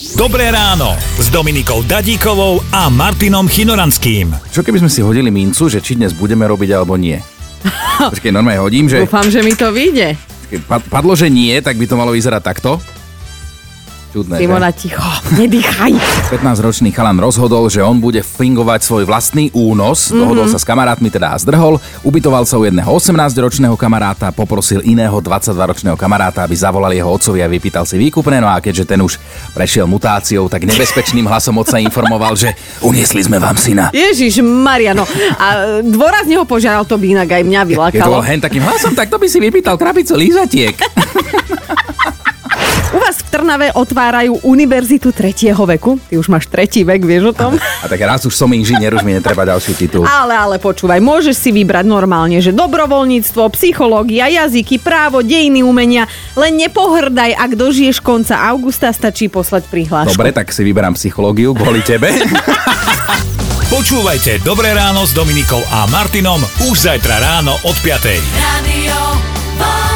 Dobré ráno s Dominikou Dadíkovou a Martinom Chinoranským. Čo keby sme si hodili mincu, že či dnes budeme robiť alebo nie? Počkej, normálne hodím, že Dúfam, že mi to vyjde. počkej, pad- padlo, že nie, tak by to malo vyzerať takto. Čudné, Simona, ticho, nedýchaj. že? 15-ročný chalan rozhodol, že on bude fingovať svoj vlastný únos, mm-hmm. dohodol sa s kamarátmi, teda a zdrhol, ubytoval sa u jedného 18-ročného kamaráta, poprosil iného 22-ročného kamaráta, aby zavolal jeho otcovi a vypýtal si výkupné, no a keďže ten už prešiel mutáciou, tak nebezpečným hlasom otca informoval, že uniesli sme vám syna. Ježiš Mariano. A e, dôrazne ho požiaral, to by inak aj mňa Keď to bol vylákalo. hen takým hlasom, tak to by si vypýtal krabicu lízatiek. U vás v Trnave otvárajú univerzitu tretieho veku. Ty už máš tretí vek, vieš o tom? A tak raz už som inžinier, už mi netreba ďalší titul. Ale, ale počúvaj, môžeš si vybrať normálne, že dobrovoľníctvo, psychológia, jazyky, právo, dejiny umenia, len nepohrdaj, ak dožiješ konca augusta, stačí poslať prihlášku. Dobre, tak si vyberám psychológiu kvôli tebe. Počúvajte Dobré ráno s Dominikou a Martinom už zajtra ráno od 5. Radio 1.